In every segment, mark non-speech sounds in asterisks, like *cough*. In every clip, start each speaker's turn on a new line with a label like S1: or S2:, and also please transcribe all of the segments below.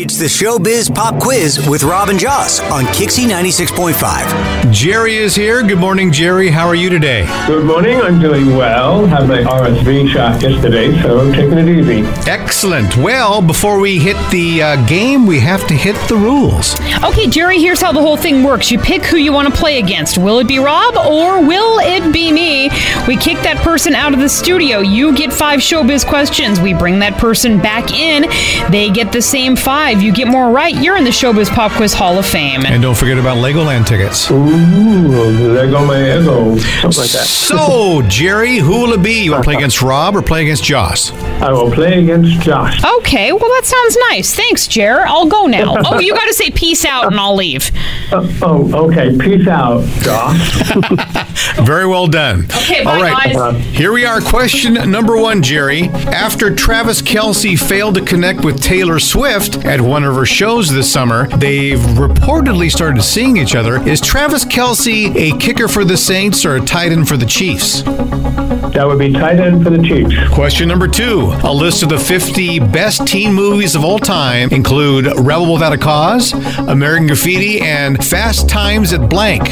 S1: It's the Showbiz Pop Quiz with Robin Joss on Kixie 96.5.
S2: Jerry is here. Good morning, Jerry. How are you today?
S3: Good morning, I'm doing well. Had my RSV shot yesterday, so I'm taking it easy.
S2: Excellent. Well, before we hit the uh, game, we have to hit the rules.
S4: Okay, Jerry, here's how the whole thing works. You pick who you want to play against. Will it be Rob or will it be me? We kick that person out of the studio. You get five showbiz questions. We bring that person back in. They get the same five. You get more right. You're in the Showbiz Pop Quiz Hall of Fame.
S2: And don't forget about Legoland tickets.
S3: Ooh, there go my ego. Something like that.
S2: So, Jerry, who will it be? You want to play against Rob or play against Joss?
S3: I will play against Josh.
S4: Okay, well, that sounds nice. Thanks, Jer. I'll go *laughs* now. Oh, you got to say peace out and I'll leave.
S3: Oh, oh, okay. Peace out, Josh.
S2: Very well done.
S4: Okay,
S2: All
S4: bye,
S2: right.
S4: guys.
S2: Here we are. Question number one, Jerry. After Travis Kelsey failed to connect with Taylor Swift at one of her shows this summer, they've reportedly started seeing each other. Is Travis Kelsey a kicker for the Saints or a tight end for the Chiefs?
S3: That would be tight end for the Chiefs.
S2: Question number two. A list of the 50 best teen movies of all time include Rebel Without a Cause, American Graffiti, and Fast Times at Blank.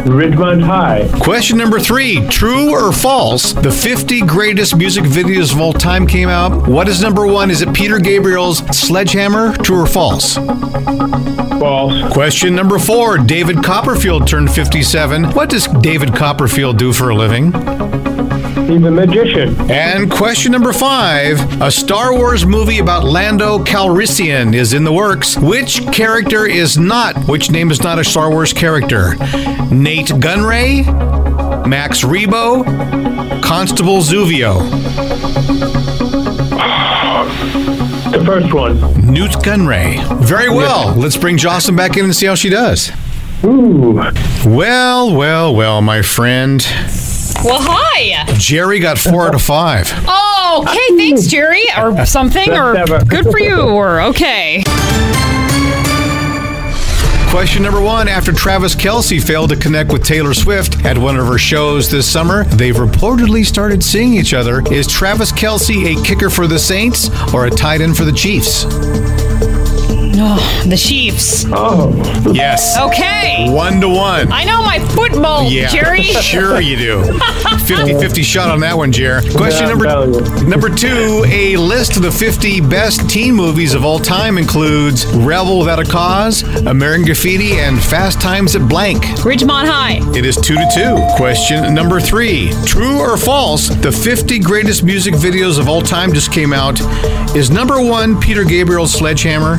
S3: Ridgemont High.
S2: Question number three. True or false? The 50 greatest music videos of all time came out. What is number one? Is it Peter Gabriel's Sledgehammer? True or false?
S3: False.
S2: Question number four. David Copperfield turned 57. What does David Copperfield do for a living?
S3: He's a magician.
S2: And question number five A Star Wars movie about Lando Calrissian is in the works. Which character is not, which name is not a Star Wars character? Nate Gunray? Max Rebo? Constable Zuvio?
S3: The first one.
S2: Newt Gunray. Very well. Let's bring Jocelyn back in and see how she does.
S3: Ooh. *laughs*
S2: Well, well, well, my friend.
S4: Well, hi.
S2: Jerry got four out of five.
S4: Oh, okay, thanks, Jerry, *laughs* or something, or
S3: Never.
S4: good for you, or okay.
S2: Question number one After Travis Kelsey failed to connect with Taylor Swift at one of her shows this summer, they've reportedly started seeing each other. Is Travis Kelsey a kicker for the Saints or a tight end for the Chiefs?
S4: Oh, the Chiefs.
S3: Oh.
S2: Yes.
S4: Okay.
S2: One to one.
S4: I know my football,
S2: Yeah.
S4: Oh, Jerry.
S2: *laughs* Sure you do. 50-50 shot on that one, Jer. Question
S3: Yeah,
S2: number
S3: value.
S2: number 2, a list of the 50 best teen movies of all time includes Rebel Without a Cause, American Graffiti, and Fast Times at Blank.
S4: Ridgemont High.
S2: It is 2 to 2. Question number 3, true or false, the 50 greatest music videos of all time just came out. Is number 1 Peter Gabriel's Sledgehammer?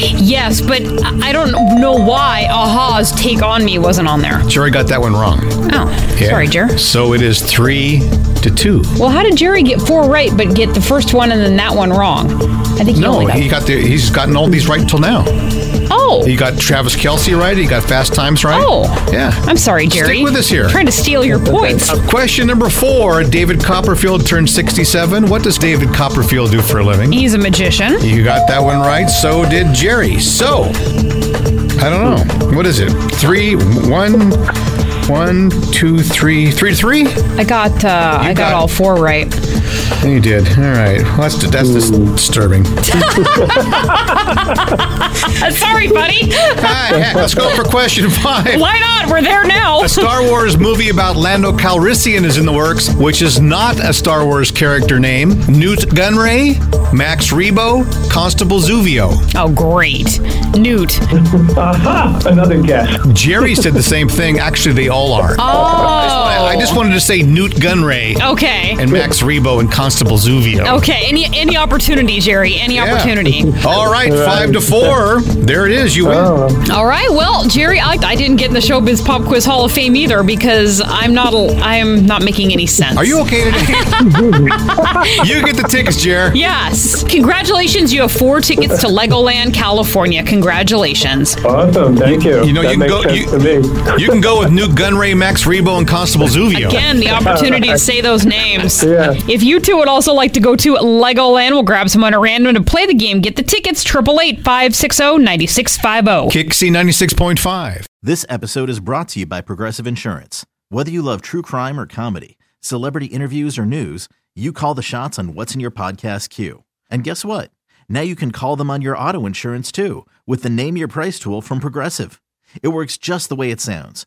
S4: Yes, but I I don't know why Aha's Take On Me wasn't on there.
S2: Jerry got that one wrong.
S4: Oh,
S2: Yeah.
S4: sorry, Jer.
S2: So it is 3 to 2.
S4: Well, how did Jerry get four right but get the first one and then that one wrong? I think he
S2: No,
S4: only got.
S2: he got the, he's gotten all these right till now.
S4: oh,
S2: He got Travis Kelsey right. He got Fast Times right.
S4: oh,
S2: yeah.
S4: I'm sorry, Jerry.
S2: Stick with us here.
S4: Trying to steal your points.
S2: Question number four: David Copperfield turned 67. What does David Copperfield do for a living?
S4: He's a magician.
S2: You got that one right. So did Jerry. So I don't know. What is it? Three, one, One, two, three, three to three.
S4: I got uh, I got,
S2: got-
S4: all four right.
S2: You did. All right. Well, that's that's dis- disturbing.
S4: Uh,
S2: *laughs*
S4: sorry, buddy.
S2: Hi, heck, let's go for question five.
S4: Why not? We're there now.
S2: A Star Wars movie about Lando Calrissian is in the works, which is not a Star Wars character name. Newt Gunray, Max Rebo, Constable Zuvio.
S4: Oh, great, Newt.
S3: Aha! Another guess.
S2: Jerry said the same thing. Actually, they all are.
S4: Oh,
S2: I just wanted to say Newt Gunray
S4: okay.
S2: and Max Rebo and Constable Zuvio.
S4: Okay, any any opportunity, Jerry? Any
S2: Yeah.
S4: opportunity?
S2: *laughs* All right, five to four. There it is. You win.
S4: All right, well, Jerry, I, I didn't get in the Showbiz Pop Quiz Hall of Fame either because I'm not a, I'm not making any sense.
S2: Are you okay today? you get the tickets, Jer.
S4: Yes. Congratulations, you have four tickets to Legoland, California. Congratulations.
S3: Awesome. Thank you.
S2: you know,
S3: that
S2: you can
S3: makes
S2: go-
S3: sense
S2: you-
S3: to me.
S2: You can go with Newt Gunray, Max Rebo, and Constable Zuvio.
S4: Again, the opportunity to say those names.
S3: Yeah.
S4: If you two would also like to go to Legoland, we'll grab someone at random to play the game. Get the tickets, 888 560 9650.
S2: Kixie 96.5.
S5: This episode is brought to you by Progressive Insurance. Whether you love true crime or comedy, celebrity interviews or news, you call the shots on what's in your podcast queue. And guess what? Now you can call them on your auto insurance too with the Name Your Price tool from Progressive. It works just the way it sounds.